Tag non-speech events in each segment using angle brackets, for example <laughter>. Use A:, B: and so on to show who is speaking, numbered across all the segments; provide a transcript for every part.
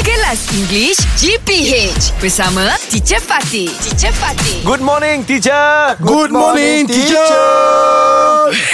A: Kelas English GPH bersama Teacher Fatih. Teacher Fatih.
B: Good morning, teacher.
C: Good morning, <laughs>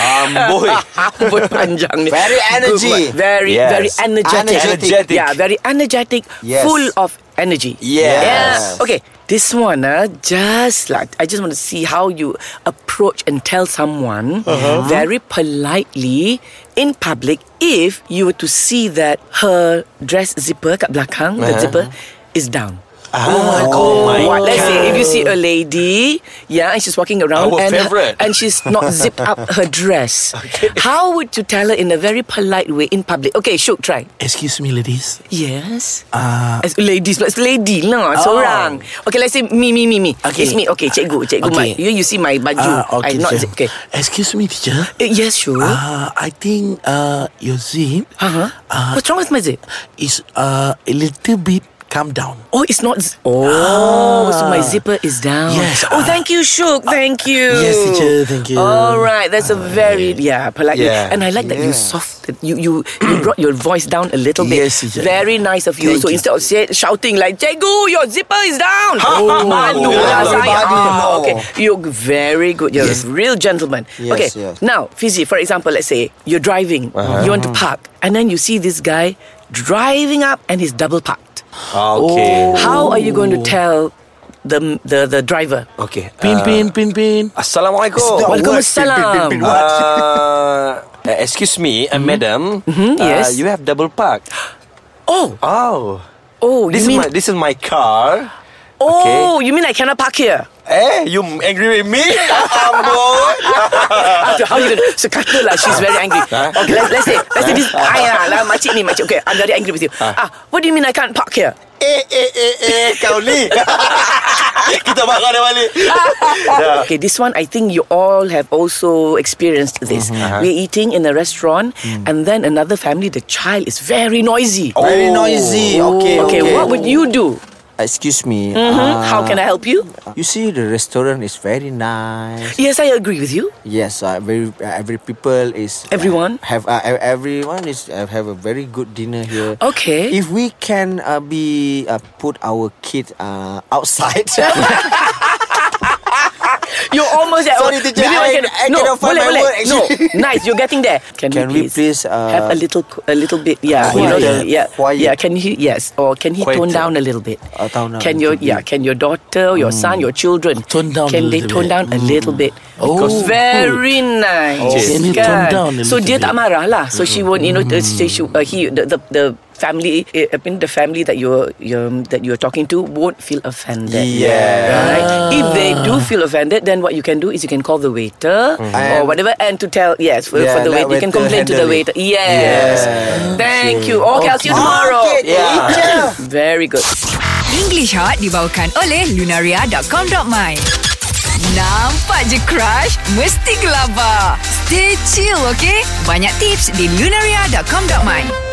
B: Amboi.
D: Rambut panjang ni
C: Very energy.
D: Good one. Very
B: Yes.
D: yes. very energetic.
B: Energetic.
D: Yeah, very energetic
C: Yes.
D: Full of energy
B: Yes.
D: Yeah. Okay This one uh, Just like I just want to see how you Approach and tell someone
B: Uh-huh.
D: Very politely In public If you were to see that Her dress zipper kat belakang
B: Uh-huh.
D: The zipper Is down
B: oh my
E: Ah,
B: god.
D: what, let's say if you see a lady, yeah, and she's walking around
B: Our
D: and her-
B: favourite.
D: and she's not zipped up her dress. How would you tell her in a very polite way in public? Okay, Shuk, try.
E: Excuse me, ladies. Ah,
D: Yes. Uh, As ladies, but it's lady lah, oh. seorang. Okay, let's say me, me, me, me.
E: Okay.
D: It's me. Okay, cikgu, cikgu.
E: Okay.
D: My, you, you see my baju.
E: Ah,
D: I not
E: teacher.
D: zip. Okay.
E: Excuse me, teacher.
D: Uh, yes, sure.
E: Uh, I think uh, your zip
D: Uh-huh.
E: uh,
D: What's wrong with my zip?
E: is uh, a little bit come down.
D: Oh, it's not. z- Oh, so my zipper is down.
E: Yes,
D: Oh,
E: ah.
D: thank you, Shuk. Thank you.
E: yes, teacher, thank you.
D: All right, that's a very yeah polite. way.
B: Yeah,
D: And I like that you soft you you you <clears throat> brought your voice down a little bit.
E: Yes, teacher.
D: very nice of you. so instead of say, shouting like "Jago, your zipper is down," <laughs> oh, malu lah saya.
C: Everybody
D: Ah,
C: know.
D: okay, you're very good. You're a real gentleman. okay,
C: yes.
D: now Fizi, for example, let's say you're driving, you want to park, and then you see this guy driving up, and he's double parked.
C: Ah,
B: Okay.
C: Oh.
D: How are you going to tell the the the driver?
B: Okay. uh,
E: Pin, pin, pin, pin.
B: Assalamualaikum.
C: What?
D: Waalaikumsalam.
C: Pin, pin, pin, what?
B: <laughs> Uh, excuse me,
C: Mm-hmm.
B: uh, madam.
D: Mhm,
B: Uh,
D: yes.
B: you have double park.
D: Oh,
B: Oh.
D: oh,
B: This
D: you
B: is
D: mean
B: my this is my car.
D: Oh, you mean I cannot park here?
B: Eh, you angry
C: <laughs>
B: with me? Ah, Amboi.
D: Aduh, how you gonna So katalah she's very angry Okay let's, let's say Let's say this
B: Uh.
D: Ay lah lah makcik ni makcik Okay I'm very angry with you Ah, What do you mean I can't park here?
B: eh, eh, eh, eh, kau ni. <laughs> Kita marah dia balik. Uh.
D: Okay this one I think you all have also experienced this
B: Mm-hmm. Uh-huh.
D: We're eating in a restaurant
B: Mm.
D: And then another family The child is very noisy
B: Oh.
C: Very noisy. Okay, okay.
D: Okay, what would you do?
C: Ah, Excuse me.
B: Mm-hmm.
D: Hmm?
C: uh,
D: How can I help you?
C: you see, the restaurant is very nice.
D: Yes, I agree with you.
C: Yes, uh, very uh, every people is
D: Everyone?
C: have uh, ev- everyone is uh, have a very good dinner here.
D: Okay.
C: If we can uh, be uh, put our kid uh, <laughs>
D: <laughs>
C: outside.
D: You're almost at
C: <laughs> Sorry, teacher,
D: Maybe
C: I-
D: can-
C: I
D: no,
C: cannot find
D: boleh,
C: my
D: boleh.
C: word, <laughs> actually.
D: No, nice. You're getting there. Can,
C: Can we please, uh,
D: have a little, a little bit? Yeah,
C: Quiet.
D: yeah,
C: Quiet.
D: yeah. Can he? Yes, or can he tone
B: Quieter.
D: down a little bit?
C: Uh, tone down
D: Can
C: a
D: your
C: little Mm.
D: yeah? Can your daughter, your son, your children
E: Tone down a
D: Can they
E: little
D: tone
E: bit.
D: down a little bit?
E: Oh.
D: very nice.
E: Can you tone
D: kan?
E: down a
D: So
E: little
D: dia tak
E: bit?
D: marah lah. So she won't, you know,
C: Mm.
D: uh, she, she, uh, he, the, the, the family, uh, I mean, the family that you're, you're that you're talking to won't feel offended.
B: Yeah.
D: Right? If they do feel offended, then what you can do is you can call the waiter or
C: And-
D: whatever, and to tell yes for,
C: Yeah,
D: for the
C: let
D: waiter, you can
C: waiter
D: complain to the
C: handle it.
D: waiter. Yes, thank you. Okay, I'll see you tomorrow.
B: Yeah.
D: Very good.
A: English Hot dibawakan oleh lunaria.com.my. Nampak je crush? Mesti gelabah. Stay chill, okay? Banyak tips di lunaria.com.my.